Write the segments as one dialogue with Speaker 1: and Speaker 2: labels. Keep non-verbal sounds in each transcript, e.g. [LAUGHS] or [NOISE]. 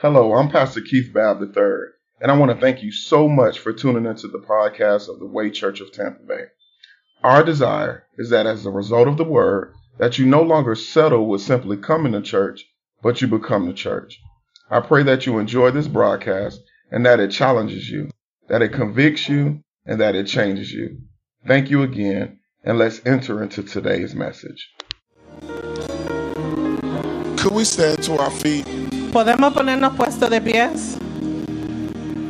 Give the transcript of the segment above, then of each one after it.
Speaker 1: Hello, I'm Pastor Keith Babb III, and I want to thank you so much for tuning into the podcast of the Way Church of Tampa Bay. Our desire is that as a result of the word, that you no longer settle with simply coming to church, but you become the church. I pray that you enjoy this broadcast and that it challenges you, that it convicts you, and that it changes you. Thank you again, and let's enter into today's message.
Speaker 2: Could we stand to our feet?
Speaker 3: Podemos ponernos puestos de pies.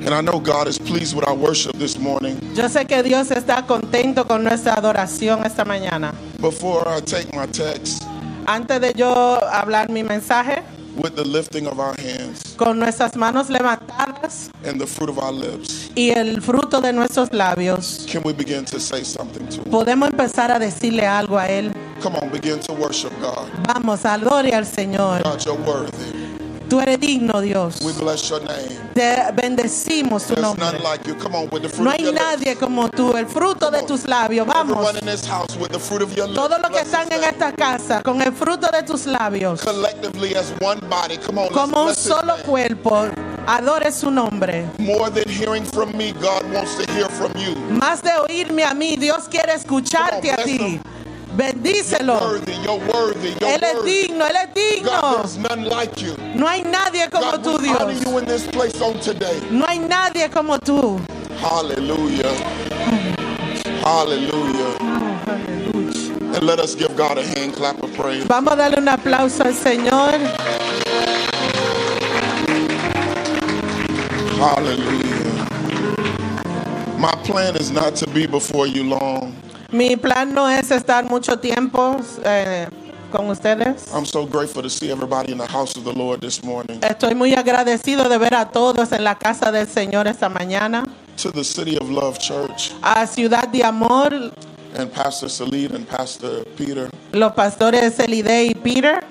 Speaker 2: And I know God is pleased with our worship this morning.
Speaker 3: Yo sé que Dios está contento con nuestra adoración esta mañana.
Speaker 2: Before I take my text,
Speaker 3: Antes de yo hablar mi mensaje,
Speaker 2: with the lifting of our hands
Speaker 3: con nuestras manos levantadas
Speaker 2: and the fruit of our lips,
Speaker 3: y el fruto de nuestros labios,
Speaker 2: can we begin to say something to Him?
Speaker 3: podemos empezar a decirle algo a Él.
Speaker 2: Come on, begin to worship God.
Speaker 3: Vamos, adore al Señor.
Speaker 2: God, you're worthy.
Speaker 3: Tú eres digno, Dios.
Speaker 2: We bless your name.
Speaker 3: Te bendecimos tu
Speaker 2: There's
Speaker 3: nombre.
Speaker 2: none like you. Come on, with the fruit
Speaker 3: No
Speaker 2: of your
Speaker 3: hay
Speaker 2: lips.
Speaker 3: nadie como tú, el fruto de tus labios. Vamos.
Speaker 2: Everyone in this house with the fruit of your lips.
Speaker 3: Todos los que
Speaker 2: bless His
Speaker 3: están en
Speaker 2: name.
Speaker 3: esta casa, con el fruto de tus labios.
Speaker 2: Collectively as one body. Come on, let's
Speaker 3: como un
Speaker 2: bless His
Speaker 3: solo
Speaker 2: name.
Speaker 3: cuerpo, adore su nombre.
Speaker 2: More than hearing from me, God wants to hear from you.
Speaker 3: Más de oírme a mí, Dios quiere escucharte a ti.
Speaker 2: You're
Speaker 3: Bendícelo.
Speaker 2: worthy, you're worthy, you're
Speaker 3: Él es
Speaker 2: worthy.
Speaker 3: digno, Él es
Speaker 2: God,
Speaker 3: digno.
Speaker 2: there's none like you.
Speaker 3: No hay nadie como
Speaker 2: God,
Speaker 3: tú,
Speaker 2: we honor
Speaker 3: Dios.
Speaker 2: you in this place on today.
Speaker 3: No hay nadie como tú.
Speaker 2: Hallelujah. Hallelujah. And let us give God a hand clap of praise.
Speaker 3: Vamos a darle un aplauso al Señor.
Speaker 2: Hallelujah. My plan is not to be before you long.
Speaker 3: Mi plan no es estar mucho tiempo eh, con ustedes.
Speaker 2: I'm so grateful to see everybody in the house of the Lord this morning.
Speaker 3: Estoy muy agradecido de ver a todos en la casa del Señor esta mañana.
Speaker 2: To the City of Love Church
Speaker 3: A Ciudad de Amor,
Speaker 2: and Pastor Salid and Pastor Peter.
Speaker 3: los pastores Elide y Peter.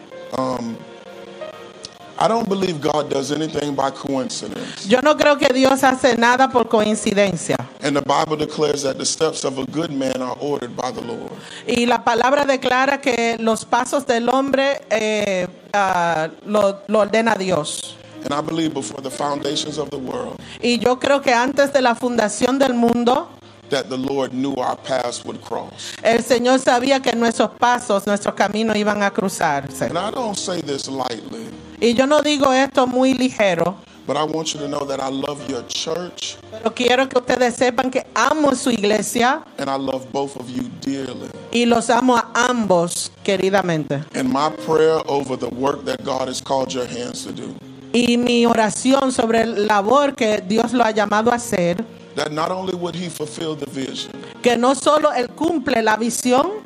Speaker 2: I don't believe God does anything by coincidence.
Speaker 3: Yo no creo que Dios hace nada por coincidencia.
Speaker 2: And the Bible declares that the steps of a good man are ordered by the Lord.
Speaker 3: Y la palabra declara que los pasos del hombre eh, ah, lo, lo ordena Dios.
Speaker 2: And I believe before the foundations of the world
Speaker 3: Y yo creo que antes de la fundación del mundo,
Speaker 2: that the Lord knew our paths would cross.
Speaker 3: el Señor sabía que nuestros pasos, nuestros caminos iban a cruzarse.
Speaker 2: And I don't say this lightly,
Speaker 3: Y yo no digo esto muy ligero,
Speaker 2: but I want you to know that I love your church
Speaker 3: pero quiero que ustedes sepan que amo su iglesia
Speaker 2: and I love both of you dearly.
Speaker 3: y los amo a ambos queridamente.
Speaker 2: And my prayer over the work that God has called your hands to do,
Speaker 3: Y mi oración sobre la labor que Dios lo ha llamado a hacer
Speaker 2: that not only would He fulfill the vision,
Speaker 3: que no solo él cumple la visión,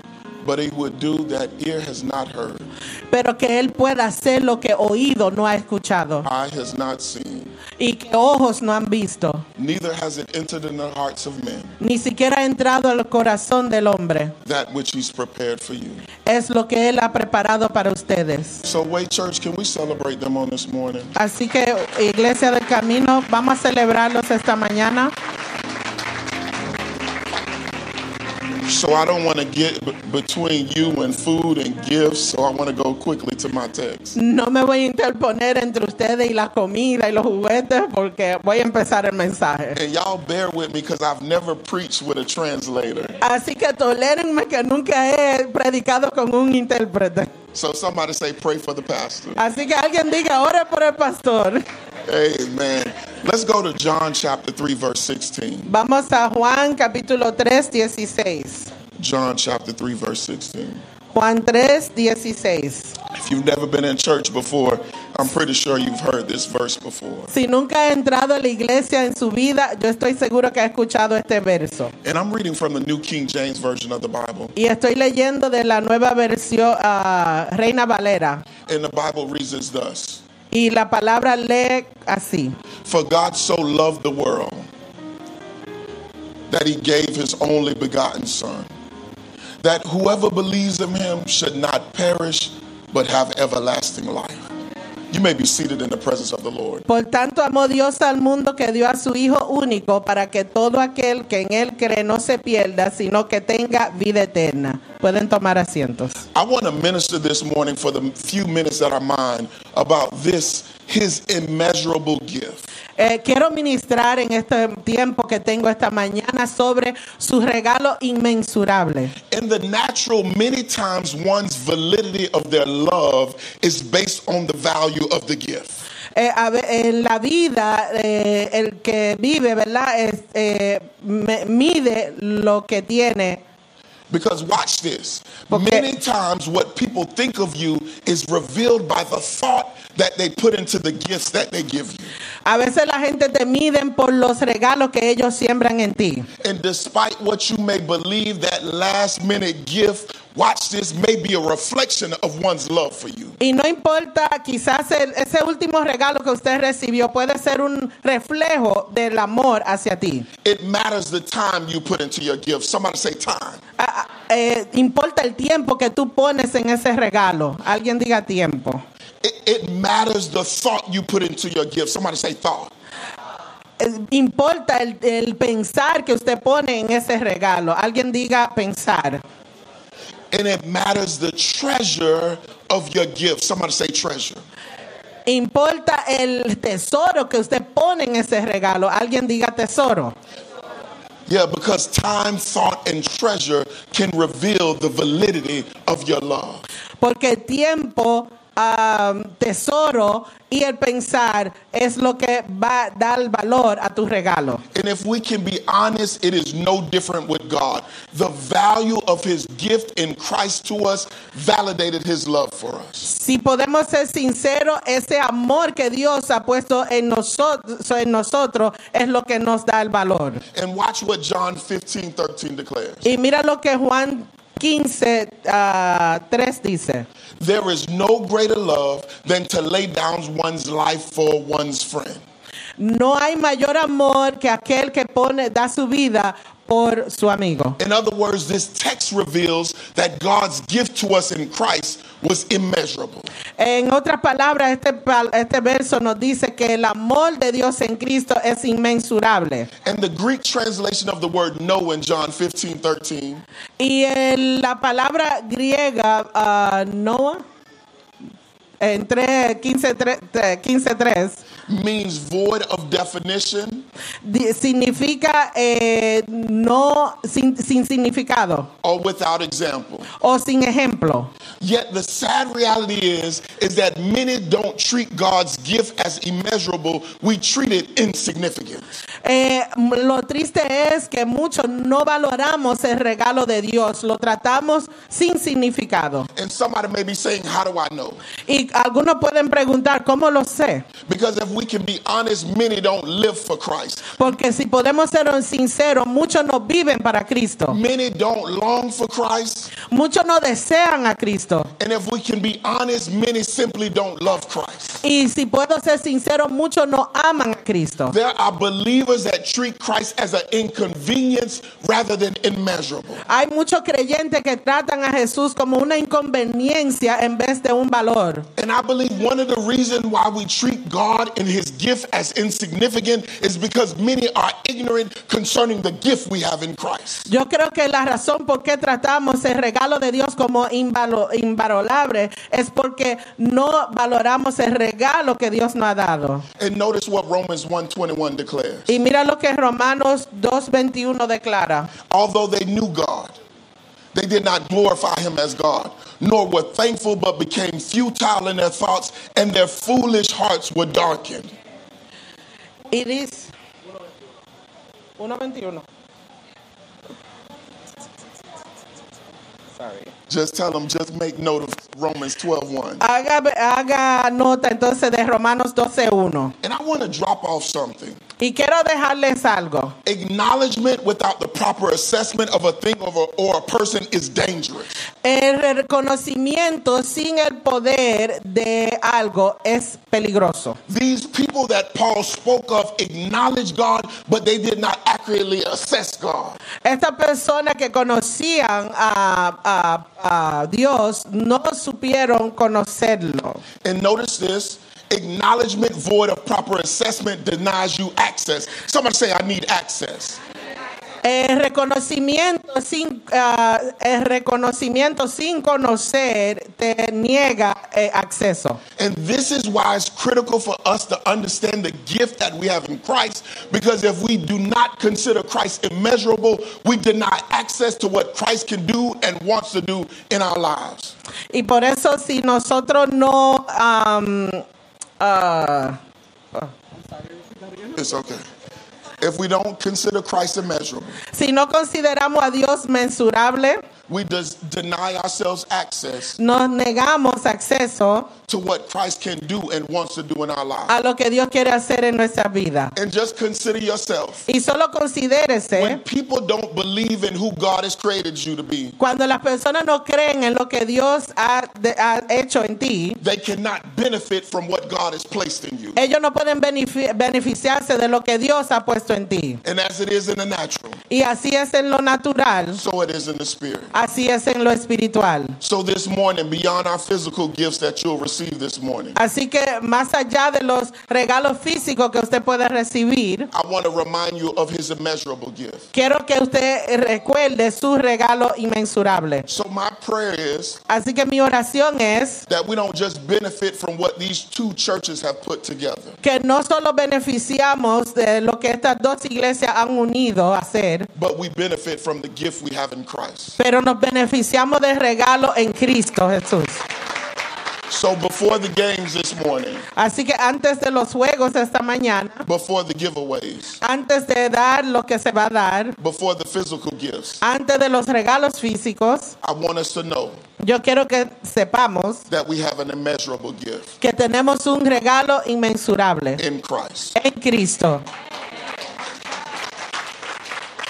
Speaker 2: but He would do that ear has not heard,
Speaker 3: pero que él pueda hacer lo que oído no ha escuchado
Speaker 2: eye has not seen,
Speaker 3: y que ojos no han visto,
Speaker 2: neither has it entered in the hearts of men,
Speaker 3: ni siquiera ha entrado al corazón del hombre.
Speaker 2: that which He's prepared for you.
Speaker 3: Es lo que él ha preparado para ustedes.
Speaker 2: So, Way Church, can we celebrate them on this morning?
Speaker 3: Así que, Iglesia del Camino, vamos a celebrarlos esta mañana.
Speaker 2: So I don't want to get b- between you and food and gifts, so I want to go quickly to my text.
Speaker 3: No me voy a interponer entre ustedes y la comida y los juguetes porque voy a empezar el mensaje.
Speaker 2: And y'all bear with me because I've never preached with a translator.
Speaker 3: Así que tolérenme que nunca he predicado con un intérprete.
Speaker 2: So somebody say, pray for the pastor.
Speaker 3: Así que alguien diga, ore por el pastor.
Speaker 2: Amen. Let's go to John chapter 3, verse 16.
Speaker 3: Vamos a Juan capítulo 3, 16.
Speaker 2: John chapter 3, verse 16.
Speaker 3: Juan 3, 16.
Speaker 2: If you've never been in church before, I'm pretty sure you've heard this verse before.
Speaker 3: Si nunca ha entrado a la iglesia en su vida, yo estoy seguro que ha escuchado este verso.
Speaker 2: And I'm reading from the New King James Version of the Bible.
Speaker 3: Y estoy leyendo de la nueva versión ah, Reina Valera.
Speaker 2: And the Bible reads as thus
Speaker 3: Y la palabra lee así.
Speaker 2: For God so loved the world that he gave his only begotten Son, that whoever believes in him should not perish but have everlasting life. You may be seated in the presence of the Lord.
Speaker 3: Por tanto amó Dios al mundo que dio a su Hijo único para que todo aquel que en él cree no se pierda, sino que tenga vida eterna. Pueden tomar asientos.
Speaker 2: I want to minister this morning for the few minutes that are mine about this, his immeasurable gift.
Speaker 3: Eh, quiero ministrar en este tiempo que tengo esta mañana sobre su regalo inmensurable.
Speaker 2: In the natural, many times one's validity of their love is based on the value of the gift.
Speaker 3: Eh, a ve- en la vida, eh, el que vive, ¿verdad? Es, eh, me- mide lo que tiene.
Speaker 2: Because watch this.
Speaker 3: Okay.
Speaker 2: Many times what people think of you is revealed by the thought that they put into the gifts that they give you.
Speaker 3: A veces la gente te miden por los regalos que ellos siembran en ti.
Speaker 2: And despite what you may believe, that last minute gift, watch this, may be a reflection of one's love for you.
Speaker 3: Y no importa, quizás el- ese último regalo que usted recibió puede ser un reflejo del amor hacia ti.
Speaker 2: It matters the time you put into your gift. Somebody say time.
Speaker 3: Ah, ah, eh, importa el tiempo que tú pones en ese regalo. Alguien diga tiempo.
Speaker 2: It, it matters the thought you put into your gift. Somebody say thought.
Speaker 3: Eh, Importa el, el pensar que usted pone en ese regalo. Alguien diga pensar.
Speaker 2: And it matters the treasure of your gift. Somebody say treasure.
Speaker 3: Importa el tesoro que usted pone en ese regalo. Alguien diga tesoro.
Speaker 2: Yeah, because time, thought, and treasure can reveal the validity of your love.
Speaker 3: Porque el tiempo, ah, tesoro y el pensar es lo que va a dar valor a tu regalo.
Speaker 2: And if we can be honest, it is no different with God. The value of his gift in Christ to us validated his love for us.
Speaker 3: Si podemos ser sinceros, ese amor que Dios ha puesto en nosotros, en nosotros es lo que nos da el valor.
Speaker 2: And watch what John 15, 13 declares.
Speaker 3: Y mira lo que Juan 15, ah, 3 dice.
Speaker 2: There is no greater love than to lay down one's life for one's friend.
Speaker 3: No hay mayor amor que aquel que pone, da su vida por su amigo.
Speaker 2: In other words, this text reveals that God's gift to us in Christ was immeasurable.
Speaker 3: En otras palabras, este, pa- este verso nos dice que el amor de Dios en Cristo es inmensurable.
Speaker 2: And the Greek translation of the word no in John 15, 13
Speaker 3: Y el- la palabra griega, ah, Noah, entre 15.3, 15:3,
Speaker 2: means void of definition
Speaker 3: di- significa eh, no sin, sin significado
Speaker 2: or without example.
Speaker 3: o sin ejemplo.
Speaker 2: Yet the sad reality is, is that many don't treat God's gift as immeasurable. We treat it insignificant.
Speaker 3: Eh, m- lo triste es que muchos no valoramos el regalo de Dios, lo tratamos sin significado.
Speaker 2: And somebody may be saying, how do I know?
Speaker 3: Y algunos pueden preguntar, ¿cómo lo sé?
Speaker 2: Because if we can be honest, many don't live for Christ.
Speaker 3: Porque si podemos ser sinceros, muchos no viven para Cristo,
Speaker 2: Many don't long for Christ.
Speaker 3: muchos no desean a Cristo.
Speaker 2: And if we can be honest, many simply don't love Christ.
Speaker 3: Y si puedo ser sincero, muchos no aman a Cristo.
Speaker 2: There are believers that treat Christ as an inconvenience rather than immeasurable.
Speaker 3: Hay muchos creyentes que tratan a Jesús como una inconveniencia en vez de un valor.
Speaker 2: And I believe one of the reasons why we treat God and his gift as insignificant is because many are ignorant concerning the gift we have in Christ.
Speaker 3: Yo creo que la razón por qué tratamos el regalo de Dios como invalo- invalorable es porque no valoramos el regalo que Dios nos ha dado.
Speaker 2: And notice what Romans 1:21 declares.
Speaker 3: Y mira lo que Romanos 2.21 declara.
Speaker 2: Although they knew God, they did not glorify him as God, nor were thankful but became futile in their thoughts and their foolish hearts were darkened.
Speaker 3: It is 1.21.
Speaker 2: Just tell them just make note of Romans 12:1.
Speaker 3: Haga, haga nota entonces de Romanos 12.1.
Speaker 2: And I want to drop off something.
Speaker 3: Y quiero dejarles algo.
Speaker 2: Acknowledgement without the proper assessment of a thing or a, or a person is dangerous.
Speaker 3: El reconocimiento sin el poder de algo es peligroso.
Speaker 2: These people that Paul spoke of acknowledged God, but they did not accurately assess God.
Speaker 3: Estas personas que conocían a, a- a Dios no supieron conocerlo.
Speaker 2: And notice this acknowledgement void of proper assessment denies you access. Somebody say, I need access.
Speaker 3: Eh, reconocimiento sin ah, el reconocimiento sin conocer te niega eh, acceso.
Speaker 2: And this is why it's critical for us to understand the gift that we have in Christ, because if we do not consider Christ immeasurable, we deny access to what Christ can do and wants to do in our lives.
Speaker 3: Y por eso si nosotros no am, ah,
Speaker 2: It's okay. If we don't consider Christ immeasurable,
Speaker 3: si no consideramos a Dios mensurable,
Speaker 2: we does deny ourselves access
Speaker 3: nos negamos acceso
Speaker 2: to what Christ can do and wants to do in our lives.
Speaker 3: a lo que Dios quiere hacer en nuestra vida.
Speaker 2: And just consider yourself.
Speaker 3: Y solo
Speaker 2: When
Speaker 3: considérese
Speaker 2: people don't believe in who God has created you to be,
Speaker 3: cuando las personas no creen en lo que Dios ha, de- ha hecho en ti,
Speaker 2: they cannot benefit from what God has placed in you.
Speaker 3: ellos no pueden benefi- beneficiarse de lo que Dios ha puesto en ti.
Speaker 2: And as it is in the natural,
Speaker 3: Y así es en lo natural,
Speaker 2: so it is in the spirit.
Speaker 3: así es en lo espiritual.
Speaker 2: So this morning, beyond our physical gifts that you'll receive this morning,
Speaker 3: Así que más allá de los regalos físicos que usted puede recibir,
Speaker 2: I want to remind you of his immeasurable gift.
Speaker 3: quiero que usted recuerde su regalo inmensurable.
Speaker 2: So my prayer is
Speaker 3: Así que mi oración es
Speaker 2: that we don't just benefit from what these two churches have put together,
Speaker 3: que no solo beneficiamos de lo que estas dos iglesias han unido a hacer,
Speaker 2: but we benefit from the gift we have in Christ.
Speaker 3: pero nos beneficiamos del regalo en Cristo Jesús.
Speaker 2: So before the games this morning,
Speaker 3: Así que antes de los juegos esta mañana,
Speaker 2: before the giveaways,
Speaker 3: antes de dar lo que se va a dar,
Speaker 2: before the physical gifts,
Speaker 3: antes de los regalos físicos,
Speaker 2: I want us to know
Speaker 3: yo quiero que sepamos
Speaker 2: that we have an immeasurable gift
Speaker 3: que tenemos un regalo inmensurable
Speaker 2: in Christ.
Speaker 3: en Cristo.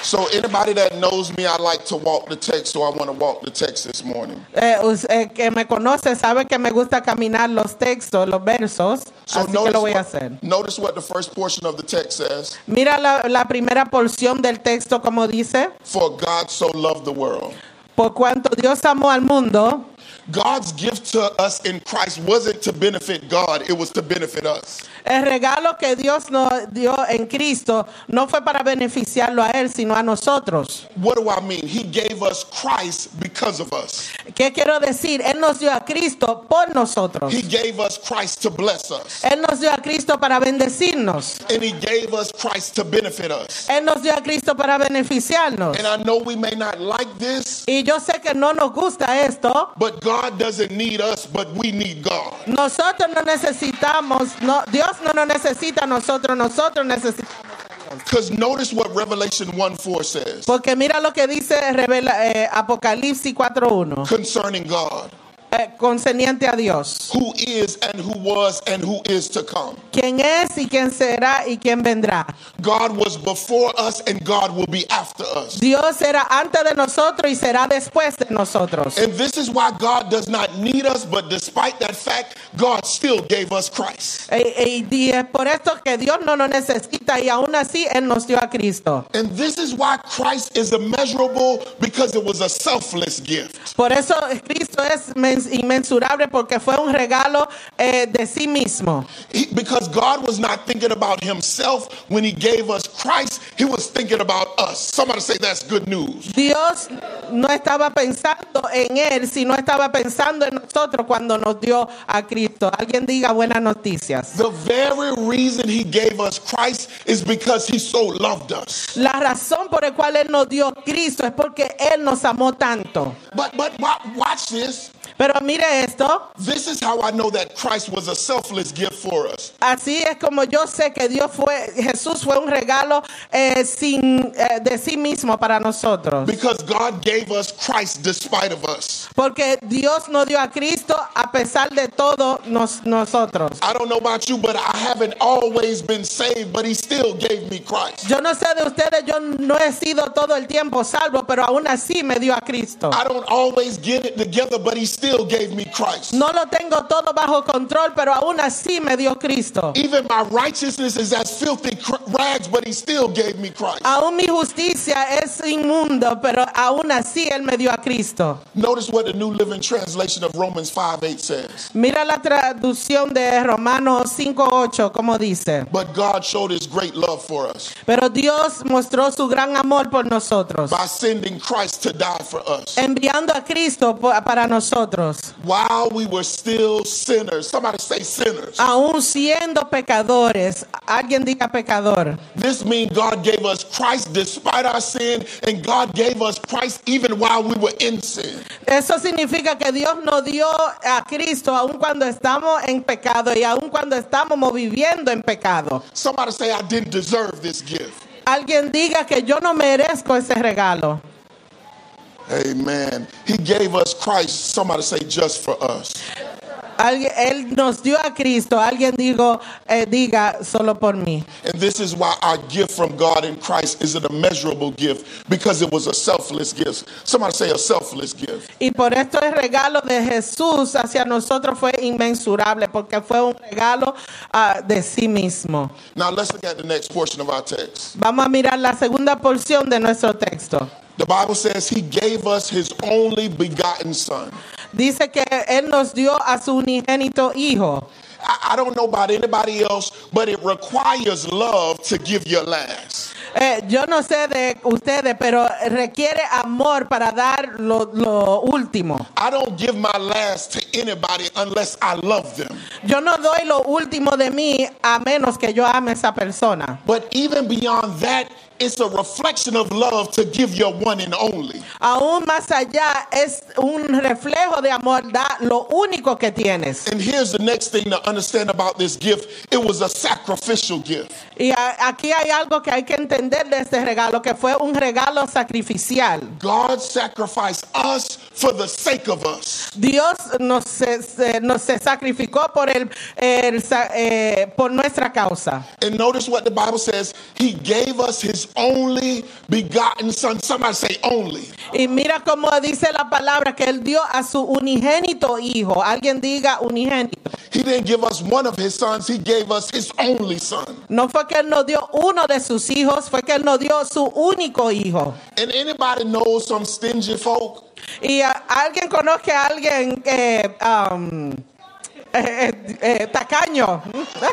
Speaker 2: So anybody that knows me, I like to walk the text, so I want to walk the text this morning.
Speaker 3: Eh, us- eh, que me conoce sabe que me gusta caminar los textos, los versos,
Speaker 2: So
Speaker 3: así que lo voy a
Speaker 2: what-
Speaker 3: hacer.
Speaker 2: notice what the first portion of the text says.
Speaker 3: Mira la, la primera porción del texto como dice,
Speaker 2: For God so loved the world.
Speaker 3: por cuanto Dios amó al mundo,
Speaker 2: God's gift to us in Christ wasn't to benefit God, it was to benefit us.
Speaker 3: el regalo que Dios nos dio en Cristo no fue para beneficiarlo a Él, sino a nosotros.
Speaker 2: What do I mean? He gave us Christ because of us.
Speaker 3: ¿Qué quiero decir? Él nos dio a Cristo por nosotros.
Speaker 2: He gave us Christ to bless us.
Speaker 3: Él nos dio a Cristo para bendecirnos.
Speaker 2: And he gave us Christ to benefit us.
Speaker 3: Él nos dio a Cristo para beneficiarnos.
Speaker 2: And I know we may not like this,
Speaker 3: Y yo sé que no nos gusta esto.
Speaker 2: but God doesn't need us, but we need God.
Speaker 3: Nosotros no necesitamos, no, Dios no nos necesita a nosotros, nosotros necesitamos.
Speaker 2: Because notice what Revelation 1 4 says
Speaker 3: Porque mira lo que dice revela, eh, Apocalipsis 4.1,
Speaker 2: concerning God,
Speaker 3: eh, concerniente a Dios,
Speaker 2: who is and who was and who is to come.
Speaker 3: quién es y quién será y quién vendrá.
Speaker 2: God was before us and God will be after us.
Speaker 3: Dios era antes de nosotros y será después de nosotros. Eh,
Speaker 2: And this is why God does not need us, but despite that fact, God still gave us Christ.
Speaker 3: Eh, eh, y es por esto que Dios no nos necesita y aún así Él nos dio a Cristo.
Speaker 2: And this is why Christ is immeasurable because it was a selfless gift.
Speaker 3: Por eso Cristo es men- inmensurable porque fue un regalo eh, de sí mismo.
Speaker 2: He- because God was not thinking about himself when he gave us Christ, he was thinking about us. Somebody say that's good news.
Speaker 3: Dios no estaba pensando en Él, sino estaba pensando en nosotros cuando nos dio a Cristo. Alguien diga buenas noticias.
Speaker 2: The very reason he gave us Christ is because he so loved us.
Speaker 3: La razón por la cual Él nos dio a Cristo es porque Él nos amó tanto.
Speaker 2: But but wa- watch this.
Speaker 3: Pero mire esto,
Speaker 2: This is how I know that Christ was a selfless gift for us.
Speaker 3: así es como yo sé que Dios fue, Jesús fue un regalo eh, sin, eh, de sí mismo para nosotros.
Speaker 2: Because God gave us Christ despite of us.
Speaker 3: Porque Dios nos dio a Cristo a pesar de todo nos- nosotros.
Speaker 2: I don't know about you, but I haven't always been saved, but he still gave me Christ.
Speaker 3: Yo no sé de ustedes, yo no he sido todo el tiempo salvo, pero aún así me dio a Cristo.
Speaker 2: I don't always get it together, but he still gave me Christ.
Speaker 3: No lo tengo todo bajo control, pero aún así me dio Cristo.
Speaker 2: Even my righteousness is as filthy cr- rags, but he still gave me Christ.
Speaker 3: Aún mi justicia es inmundo, pero aún así Él me dio a Cristo.
Speaker 2: Notice what the New Living Translation of Romans 5 8 says.
Speaker 3: Mira la traducción de Romanos 5.8, como dice.
Speaker 2: But God showed his great love for us
Speaker 3: Pero Dios mostró su gran amor por nosotros,
Speaker 2: by sending Christ to die for us.
Speaker 3: enviando a Cristo po- para nosotros,
Speaker 2: While we were still sinners, somebody say sinners.
Speaker 3: aún siendo pecadores. Alguien diga pecador.
Speaker 2: This means God gave us Christ despite our sin, and God gave us Christ even while we were in sin.
Speaker 3: Eso significa que Dios nos dio a Cristo aun cuando estamos en pecado y aun cuando estamos viviendo en pecado.
Speaker 2: Somebody say, I didn't deserve this gift.
Speaker 3: Alguien diga que yo no merezco ese regalo.
Speaker 2: Amen. He gave us Christ, somebody say, just for us.
Speaker 3: Alguien- él nos dio a Cristo. Alguien digo, eh, diga solo por mí.
Speaker 2: And this is why our gift from God in Christ is an immeasurable gift because it was a selfless gift. Somebody say, a selfless gift.
Speaker 3: Y por esto el regalo de Jesús hacia nosotros fue inmensurable porque fue un regalo ah, de sí mismo.
Speaker 2: Now let's look at the next portion of our text.
Speaker 3: Vamos a mirar la segunda porción de nuestro texto.
Speaker 2: The Bible says, He gave us His only begotten Son.
Speaker 3: Dice que Él nos dio a su unigénito Hijo.
Speaker 2: I, I don't know about anybody else, but it requires love to give your last.
Speaker 3: Eh, yo no sé de ustedes, pero requiere amor para dar lo, lo último.
Speaker 2: I don't give my last to anybody unless I love them.
Speaker 3: Yo no doy lo último de mí a menos que yo ame a esa persona.
Speaker 2: But even beyond that, it's a reflection of love to give your one and only.
Speaker 3: Aún más allá es un reflejo de amor, da lo único que tienes.
Speaker 2: And here's the next thing to understand about this gift it was a sacrificial gift.
Speaker 3: Y a- aquí hay algo que hay que entender de este regalo, que fue un regalo sacrificial.
Speaker 2: God sacrificed us for the sake of us.
Speaker 3: Dios nos se, se- nos se sacrificó por, el, el sa- eh, por nuestra causa.
Speaker 2: And notice what the Bible says. He gave us his only begotten son. Somebody say only.
Speaker 3: Y mira cómo dice la palabra que él dio a su unigénito hijo. Alguien diga unigénito.
Speaker 2: He didn't give us one of his sons, he gave us his only son.
Speaker 3: No fue que él nos dio uno de sus hijos, fue que él nos dio su único hijo.
Speaker 2: And anybody knows some stingy folk?
Speaker 3: Y ah, alguien conoce a alguien que um, eh, eh, eh, tacaño,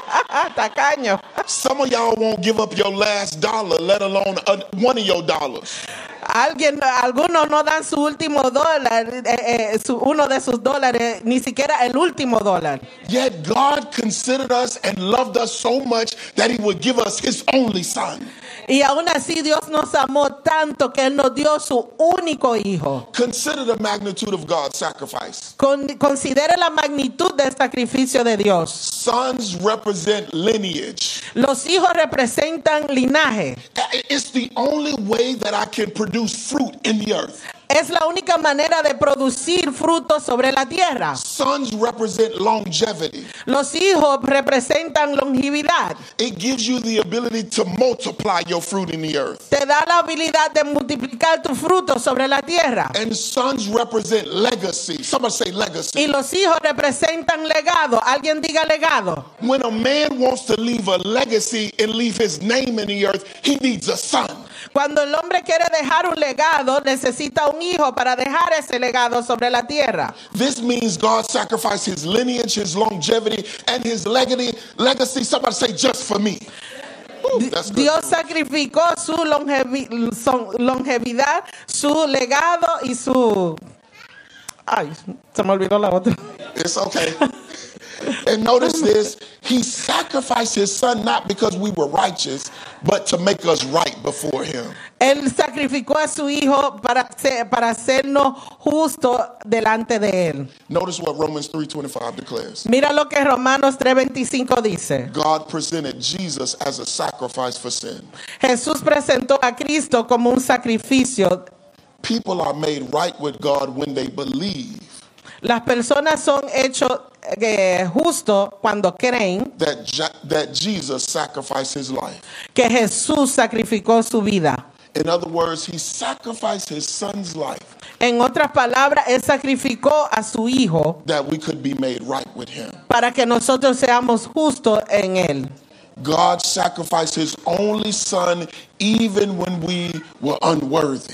Speaker 3: [LAUGHS] tacaño.
Speaker 2: Some of y'all won't give up your last dollar, let alone a, one of your dollars.
Speaker 3: Alguien, algunos no dan su último dólar, eh, eh, su- uno de sus dólares, ni siquiera el último dólar.
Speaker 2: Yet God considered us and loved us so much that he would give us his only son.
Speaker 3: Y aún así Dios nos amó tanto que Él nos dio su único hijo.
Speaker 2: Consider the magnitude of God's sacrifice.
Speaker 3: Con, considere la magnitud del sacrificio de Dios.
Speaker 2: Sons represent lineage.
Speaker 3: Los hijos representan linaje.
Speaker 2: I- It's the only way that I can produce fruit in the earth.
Speaker 3: Es la única manera de producir frutos sobre la tierra.
Speaker 2: Sons represent longevity.
Speaker 3: Los hijos representan longevidad.
Speaker 2: It gives you the ability to multiply your fruit in the earth.
Speaker 3: Te da la habilidad de multiplicar tus frutos sobre la tierra.
Speaker 2: And sons represent legacy. Somebody
Speaker 3: Y
Speaker 2: say legacy.
Speaker 3: los hijos representan legado. Alguien diga legado.
Speaker 2: When a man wants to leave a legacy and leave his name in the earth, he needs a son.
Speaker 3: Cuando el hombre quiere dejar un legado, necesita un hijo para dejar ese legado sobre la tierra.
Speaker 2: This means God sacrificed his lineage, his longevity, and his legacy. Legacy. Somebody say just for me. Woo, that's good.
Speaker 3: Dios sacrificó su longevi- son- longevidad, su legado y su... Ay, se me olvidó la otra.
Speaker 2: It's okay. and notice this He sacrificed His Son not because we were righteous, but to make us right before Him.
Speaker 3: Él sacrificó a su hijo para, hacer- para hacernos justos delante de él.
Speaker 2: Notice what Romans 3:25 declares.
Speaker 3: Mira lo que Romanos 3:25 dice.
Speaker 2: God presented Jesus as a sacrifice for sin.
Speaker 3: Jesús presentó a Cristo como un sacrificio.
Speaker 2: People are made right with God when they believe
Speaker 3: Las personas son hechos eh, justos cuando creen
Speaker 2: that, Ja- that Jesus sacrificed his life.
Speaker 3: que Jesús sacrificó su vida.
Speaker 2: In other words, he sacrificed his son's life
Speaker 3: En otras palabras, Él sacrificó a su Hijo
Speaker 2: that we could be made right with him.
Speaker 3: para que nosotros seamos justos en Él.
Speaker 2: God sacrificed his only son even when we were unworthy.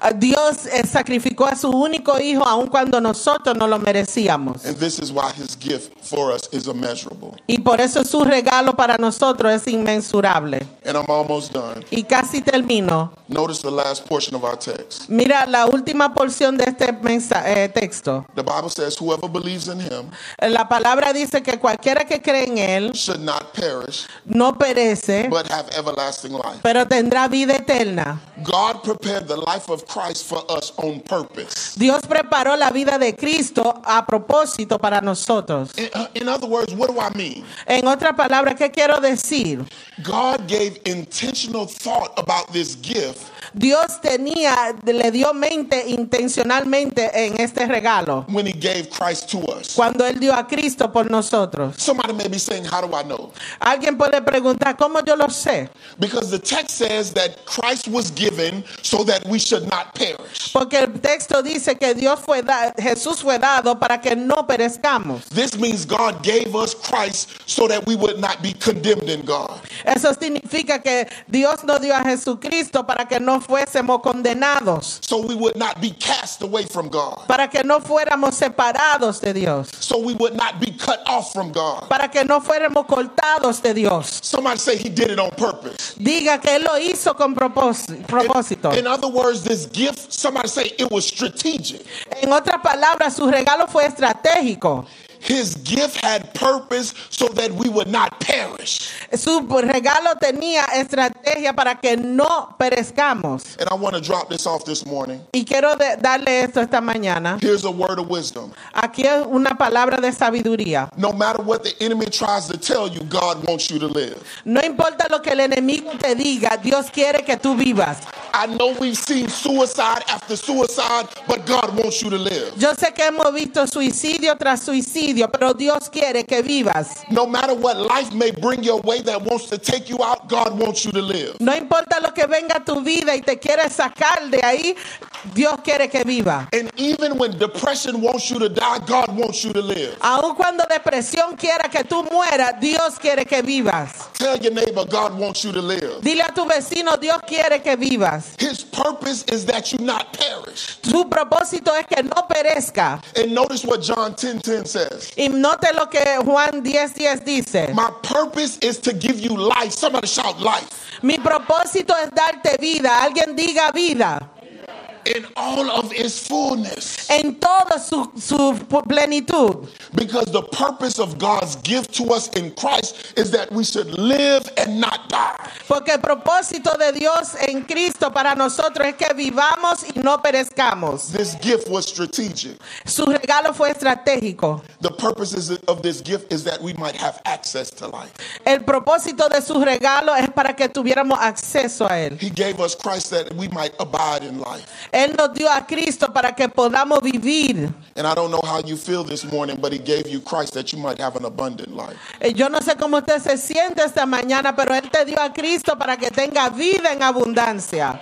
Speaker 3: Ah, Dios eh, sacrificó a su único Hijo aun cuando nosotros no lo merecíamos.
Speaker 2: And this is why his gift for us is immeasurable.
Speaker 3: Y por eso su regalo para nosotros es inmensurable.
Speaker 2: And I'm almost done.
Speaker 3: Y casi termino.
Speaker 2: Notice the last portion of our text.
Speaker 3: Mira la última porción de este mensa- eh, texto.
Speaker 2: The Bible says, Whoever believes in him
Speaker 3: La palabra dice que cualquiera que cree en Él
Speaker 2: should not perish,
Speaker 3: no perece,
Speaker 2: but have everlasting life.
Speaker 3: pero tendrá vida eterna.
Speaker 2: God prepared the life of Christ for us on purpose.
Speaker 3: Dios preparó la vida de Cristo a propósito para nosotros.
Speaker 2: In, uh, in other words, what do I mean?
Speaker 3: En otras palabras, ¿qué quiero decir?
Speaker 2: God gave intentional thought about this gift,
Speaker 3: Dios tenía, le dio mente intencionalmente en este regalo
Speaker 2: when he gave Christ to us.
Speaker 3: cuando Él dio a Cristo por nosotros.
Speaker 2: Somebody may be saying, How do I know?
Speaker 3: Alguien puede preguntar, ¿cómo yo lo sé?
Speaker 2: Because the text says that Christ was given so that we should not perish.
Speaker 3: Porque el texto dice que Dios fue da- Jesús fue dado para que no perezcamos.
Speaker 2: This means God gave us Christ so that we would not be condemned in God.
Speaker 3: Eso significa que Dios no dio a Jesucristo para que no fuésemos condenados,
Speaker 2: So we would not be cast away from God.
Speaker 3: para que no fuéramos separados de Dios,
Speaker 2: So we would not be cut off from God.
Speaker 3: para que no fuéramos cortados de Dios.
Speaker 2: Somebody say he did it on purpose.
Speaker 3: Diga que Él lo hizo con propós-
Speaker 2: In-
Speaker 3: propósito.
Speaker 2: in other words, this gift, somebody say it was strategic.
Speaker 3: En otras palabras, su regalo fue estratégico.
Speaker 2: His gift had purpose so that we would not perish.
Speaker 3: Su regalo tenía estrategia para que no perezcamos.
Speaker 2: And I want to drop this off this morning.
Speaker 3: Y quiero de- darle esto esta mañana.
Speaker 2: Here's a word of wisdom.
Speaker 3: Aquí es una palabra de sabiduría.
Speaker 2: No matter what the enemy tries to tell you, God wants you to live.
Speaker 3: No importa lo que el enemigo te diga, Dios quiere que tú vivas.
Speaker 2: I know we've seen suicide after suicide, but God wants you to live.
Speaker 3: Yo sé que hemos visto suicidio tras suicidio, pero Dios quiere que vivas.
Speaker 2: No matter what life may bring your way that wants to take you out, God wants you to live.
Speaker 3: No importa lo que venga a tu vida y te quiere sacar de ahí, Dios quiere que viva.
Speaker 2: And even when depression wants you to die, God wants you to live.
Speaker 3: Aun cuando depresión quiera que tú mueras, Dios quiere que vivas.
Speaker 2: Tell your neighbor, God wants you to live.
Speaker 3: Dile a tu vecino, Dios quiere que vivas.
Speaker 2: His purpose is that you not perish.
Speaker 3: Su propósito es que no perezca.
Speaker 2: And notice what John 10 10 says.
Speaker 3: Y note lo que Juan 10:10 dice.
Speaker 2: My purpose is to give you life. Somebody shout life.
Speaker 3: Mi propósito es darte vida. Alguien diga vida.
Speaker 2: In all of its fullness.
Speaker 3: En toda su, su plenitud.
Speaker 2: Because the purpose of God's gift to us in Christ is that we should live and not die.
Speaker 3: Porque el propósito de Dios en Cristo para nosotros es que vivamos y no perezcamos.
Speaker 2: This gift was strategic.
Speaker 3: Su regalo fue estratégico.
Speaker 2: The purposes of this gift is that we might have access to life.
Speaker 3: El propósito de su regalo es para que tuviéramos acceso a Él.
Speaker 2: He gave us Christ that we might abide in life.
Speaker 3: Él nos dio a Cristo para que podamos vivir.
Speaker 2: And I don't know how you feel this morning, but He gave you Christ that you might have an abundant life.
Speaker 3: Eh, Yo no sé cómo usted se siente esta mañana, pero Él te dio a Cristo para que tenga vida en abundancia.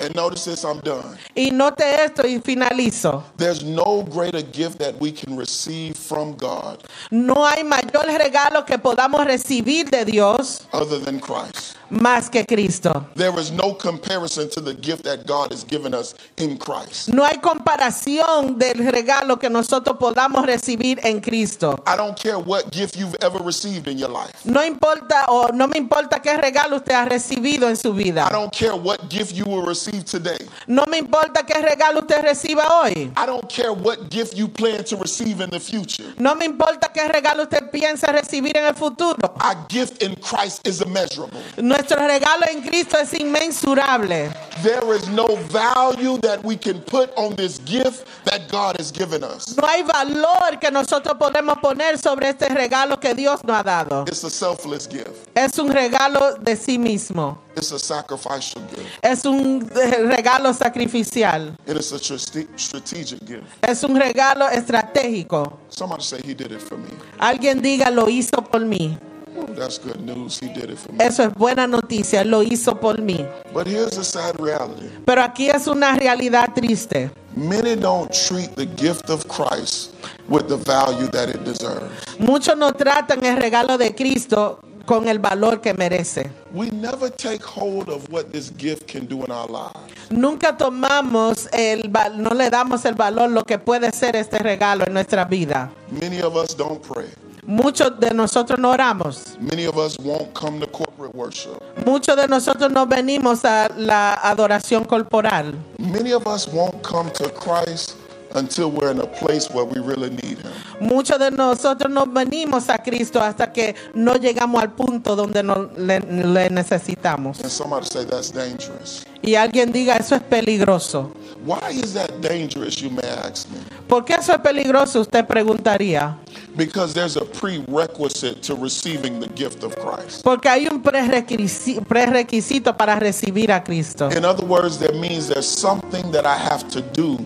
Speaker 2: And notice this, I'm done.
Speaker 3: Y note esto y finalizo.
Speaker 2: There's no greater gift that we can receive from God
Speaker 3: No hay mayor regalo que podamos recibir de Dios
Speaker 2: other than Christ.
Speaker 3: más que Cristo.
Speaker 2: There is no comparison to the gift that God has given us in Christ.
Speaker 3: No hay comparación del regalo que nosotros podamos recibir en Cristo.
Speaker 2: I don't care what gift you've ever received in your life.
Speaker 3: No importa o no me importa qué regalo usted ha recibido en su
Speaker 2: I
Speaker 3: vida.
Speaker 2: don't care what gift you will receive today.
Speaker 3: No me importa qué regalo usted reciba hoy.
Speaker 2: I don't care what gift you plan to receive in the future.
Speaker 3: No me importa qué regalo usted piensa recibir en el futuro.
Speaker 2: Our gift in Christ is immeasurable.
Speaker 3: Nuestro regalo en Cristo es inmensurable.
Speaker 2: There is no value that we can put on this gift that God has given us.
Speaker 3: No hay valor que nosotros podemos poner sobre este regalo que Dios nos ha dado.
Speaker 2: It's a selfless gift,
Speaker 3: Es un regalo de sí mismo.
Speaker 2: it's a sacrificial gift,
Speaker 3: Es un [LAUGHS] eh, regalo sacrificial.
Speaker 2: and it's a strate- strategic gift.
Speaker 3: Es un regalo estratégico.
Speaker 2: Somebody say, He did it for me.
Speaker 3: Alguien diga, lo hizo por mí.
Speaker 2: Ooh, that's good news. He did it for me.
Speaker 3: Eso es buena noticia, lo hizo por mí.
Speaker 2: But here's the sad reality
Speaker 3: Pero aquí es una realidad triste.
Speaker 2: Many don't treat the gift of Christ with the value that it deserves.
Speaker 3: Muchos no tratan el regalo de Cristo con el valor que merece.
Speaker 2: We never take hold of what this gift can do in our lives.
Speaker 3: Nunca tomamos el val- no le damos el valor lo que puede ser este regalo en nuestra vida.
Speaker 2: Many of us don't pray.
Speaker 3: Muchos de nosotros no oramos.
Speaker 2: Many of us won't come to corporate worship.
Speaker 3: Muchos de nosotros no venimos a la adoración corporal.
Speaker 2: Many of us won't come to Christ until we're in a place where we really need Him.
Speaker 3: Muchos de nosotros no venimos a Cristo hasta que no llegamos al punto donde no le, le necesitamos.
Speaker 2: And somebody say that's dangerous.
Speaker 3: Y alguien diga, eso es peligroso.
Speaker 2: Why is that dangerous, you may ask me?
Speaker 3: ¿Por qué eso es peligroso? Usted preguntaría.
Speaker 2: Because there's a prerequisite to receiving the gift of Christ.
Speaker 3: Porque hay un prerequisi- prerequisito para recibir a Cristo.
Speaker 2: In other words, that means there's something that I have to do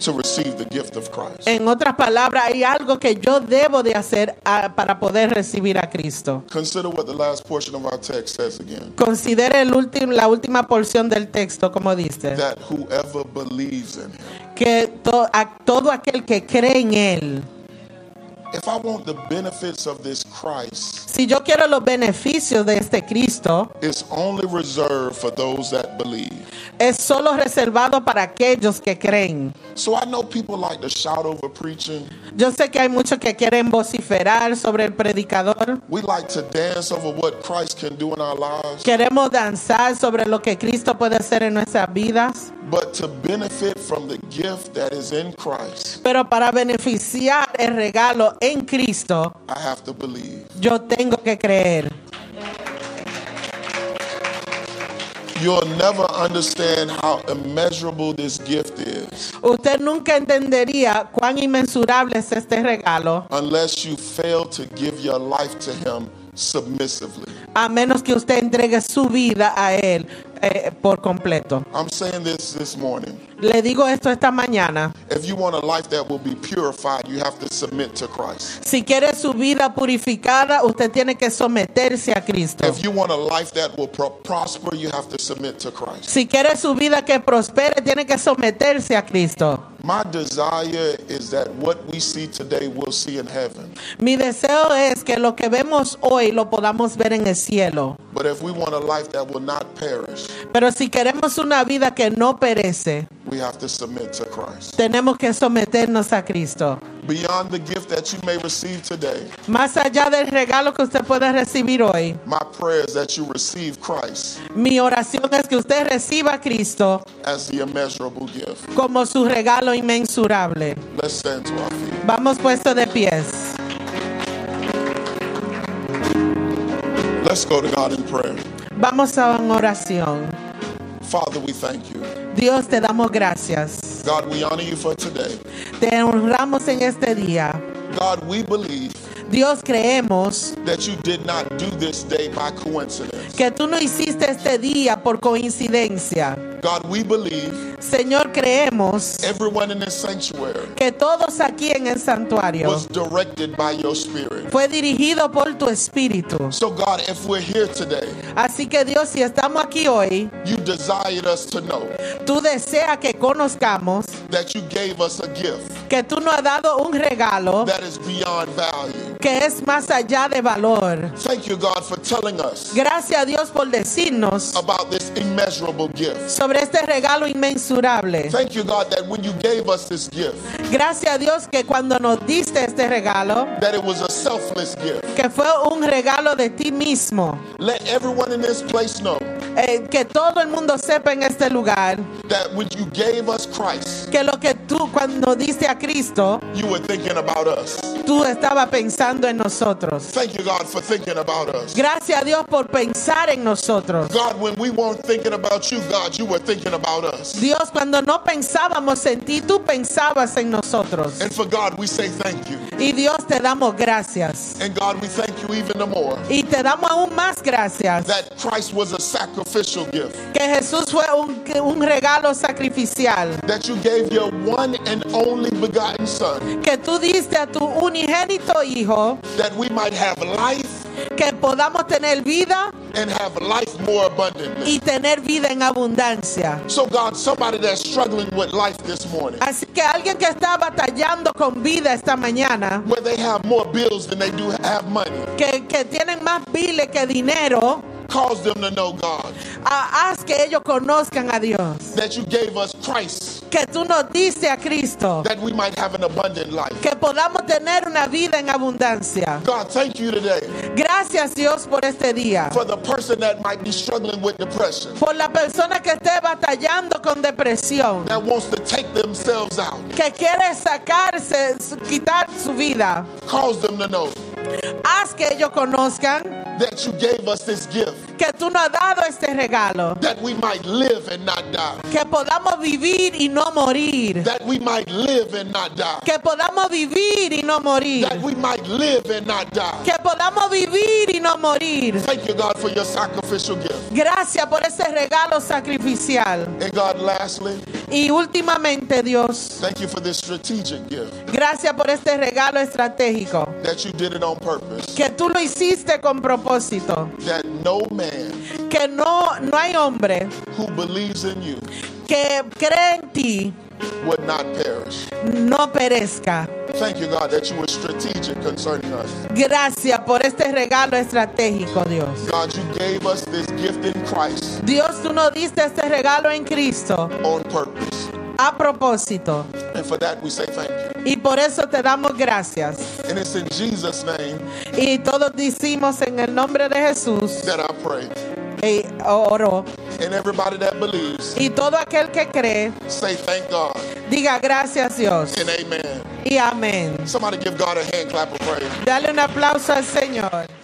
Speaker 2: to receive the gift of Christ.
Speaker 3: En otras palabras, hay algo que yo debo de hacer ah, para poder recibir a Cristo.
Speaker 2: Consider what the last portion of our text says again
Speaker 3: Considere el último, la última porción del texto, como dice,
Speaker 2: that whoever believes in Him.
Speaker 3: que to- a todo aquel que cree en Él,
Speaker 2: If I want the benefits of this Christ,
Speaker 3: si yo quiero los beneficios de este Cristo,
Speaker 2: it's only reserved for those that believe.
Speaker 3: es solo reservado para aquellos que creen.
Speaker 2: So I know people like to shout over preaching.
Speaker 3: Yo sé que hay muchos que quieren vociferar sobre el predicador.
Speaker 2: We like to dance over what Christ can do in our lives.
Speaker 3: Queremos danzar sobre lo que Cristo puede hacer en nuestras vidas.
Speaker 2: But to benefit from the gift that is in Christ,
Speaker 3: Pero para beneficiar el regalo en Cristo,
Speaker 2: I have to believe.
Speaker 3: yo tengo que creer.
Speaker 2: You'll never understand how immeasurable this gift is
Speaker 3: Usted nunca entendería cuán inmensurable es este regalo
Speaker 2: unless you fail to give your life to Him submissively.
Speaker 3: a menos que usted entregue su vida a Él eh, por completo.
Speaker 2: I'm saying this this morning.
Speaker 3: Le digo esto esta mañana.
Speaker 2: If you want a life that will be purified, you have to submit to Christ.
Speaker 3: Si quiere su vida purificada, usted tiene que someterse a Cristo.
Speaker 2: If you want a life that will pro- prosper, you have to submit to Christ.
Speaker 3: Si quiere su vida que prospere, tiene que someterse a Cristo.
Speaker 2: My desire is that what we see today, we'll see in heaven.
Speaker 3: Mi deseo es que lo que vemos hoy lo podamos ver en el cielo.
Speaker 2: But if we want a life that will not perish,
Speaker 3: Pero si queremos una vida que no perece,
Speaker 2: we have to submit to Christ.
Speaker 3: tenemos que someternos a Cristo.
Speaker 2: Beyond the gift that you may receive today,
Speaker 3: Más allá del regalo que usted puede recibir hoy,
Speaker 2: my prayer is that you receive Christ
Speaker 3: mi oración es que usted reciba a Cristo
Speaker 2: as the immeasurable gift.
Speaker 3: como su regalo inmensurable.
Speaker 2: Let's stand to our feet.
Speaker 3: Vamos puesto de pies.
Speaker 2: Let's go to God in prayer.
Speaker 3: Vamos a una oración.
Speaker 2: Father, we thank you.
Speaker 3: Dios, te damos gracias.
Speaker 2: God, we honor you for today.
Speaker 3: Te honramos en este día.
Speaker 2: God, we believe
Speaker 3: Dios, creemos
Speaker 2: that you did not do this day by coincidence.
Speaker 3: que tú no hiciste este día por coincidencia.
Speaker 2: God, we believe
Speaker 3: Señor, creemos
Speaker 2: everyone in this sanctuary
Speaker 3: que todos aquí en el santuario
Speaker 2: was directed by your spirit.
Speaker 3: fue dirigido por tu espíritu.
Speaker 2: So, God, if we're here today,
Speaker 3: Así que Dios, si estamos aquí hoy,
Speaker 2: you desired us to know
Speaker 3: tú deseas que conozcamos
Speaker 2: that you gave us a gift
Speaker 3: que tú nos has dado un regalo
Speaker 2: that is beyond value.
Speaker 3: que es más allá de valor.
Speaker 2: Thank you, God, for telling us
Speaker 3: Gracias a Dios por decirnos
Speaker 2: about this immeasurable gift.
Speaker 3: sobre este regalo inmensurable.
Speaker 2: Thank you, God, that when you gave us this gift,
Speaker 3: Gracias a Dios que cuando nos diste este regalo,
Speaker 2: that it was a selfless gift.
Speaker 3: que fue un regalo de ti mismo,
Speaker 2: Let everyone in this place know
Speaker 3: eh, que todo el mundo sepa en este lugar
Speaker 2: that when you gave us Christ,
Speaker 3: que lo que tú cuando diste a Cristo,
Speaker 2: you were thinking about us.
Speaker 3: tú estabas pensando en nosotros.
Speaker 2: Thank you, God, for thinking about us.
Speaker 3: Gracias a Dios por pensar en nosotros.
Speaker 2: God, when we weren't thinking about you, God, you were thinking about us.
Speaker 3: Dios, cuando no pensábamos en ti, tú pensabas en nosotros.
Speaker 2: And for God, we say thank you.
Speaker 3: Y Dios, te damos gracias.
Speaker 2: And God, we thank you even the more
Speaker 3: Y te damos aún más gracias.
Speaker 2: that Christ was a sacrificial gift.
Speaker 3: Que Jesús fue un, un regalo sacrificial.
Speaker 2: that you gave your one and only begotten Son,
Speaker 3: Que tú diste a tu unigénito Hijo
Speaker 2: that we might have life
Speaker 3: que podamos tener vida
Speaker 2: and have life more abundantly.
Speaker 3: y tener vida en abundancia.
Speaker 2: So, God, somebody that's struggling with life this morning,
Speaker 3: Así que alguien que está batallando con vida esta mañana,
Speaker 2: where they have more bills than they do have money,
Speaker 3: que, que tienen más biles que dinero,
Speaker 2: cause them to know, God,
Speaker 3: ah, haz que ellos conozcan a Dios.
Speaker 2: that you gave us Christ
Speaker 3: Que tú nos dices a Cristo
Speaker 2: that we might have an abundant life.
Speaker 3: que podamos tener una vida en abundancia.
Speaker 2: God, thank you today
Speaker 3: Gracias Dios por este día.
Speaker 2: for the person that might be struggling with depression,
Speaker 3: Por la persona que esté batallando con depresión,
Speaker 2: that wants to take themselves out.
Speaker 3: que quiere sacarse, su- quitar su vida.
Speaker 2: Cause them to know
Speaker 3: Haz que ellos conozcan
Speaker 2: that you gave us this gift
Speaker 3: que tú nos has dado este regalo.
Speaker 2: that we might live and not die.
Speaker 3: Que podamos vivir y no morir.
Speaker 2: That we might live and not die.
Speaker 3: Que podamos vivir y no morir.
Speaker 2: That we might live and not die.
Speaker 3: Que podamos vivir y no morir.
Speaker 2: Thank you, God, for your sacrificial gift.
Speaker 3: Gracias por ese regalo sacrificial.
Speaker 2: And God, lastly,
Speaker 3: Y últimamente, Dios,
Speaker 2: thank you for this strategic gift
Speaker 3: gracias por este regalo estratégico.
Speaker 2: that you did it on purpose.
Speaker 3: Que tú lo hiciste con propósito.
Speaker 2: That no man
Speaker 3: Que no, no hay hombre
Speaker 2: who believes in you
Speaker 3: que cree en ti
Speaker 2: would not perish.
Speaker 3: no perezca.
Speaker 2: Thank you, God, that you were strategic concerning us.
Speaker 3: Gracias por este regalo estratégico, Dios.
Speaker 2: God, you gave us this gift in Christ
Speaker 3: Dios, tú nos diste este regalo en Cristo
Speaker 2: on purpose.
Speaker 3: a propósito.
Speaker 2: And for that, we say thank you.
Speaker 3: Y por eso te damos gracias.
Speaker 2: And it's in Jesus' name
Speaker 3: Y todos decimos en el nombre de Jesús,
Speaker 2: that I pray.
Speaker 3: y oro.
Speaker 2: And everybody that believes,
Speaker 3: Y todo aquel que cree,
Speaker 2: say thank God
Speaker 3: diga gracias Dios.
Speaker 2: and amen.
Speaker 3: Y amén.
Speaker 2: Somebody give God a hand clap of praise.
Speaker 3: Dale un aplauso al Señor.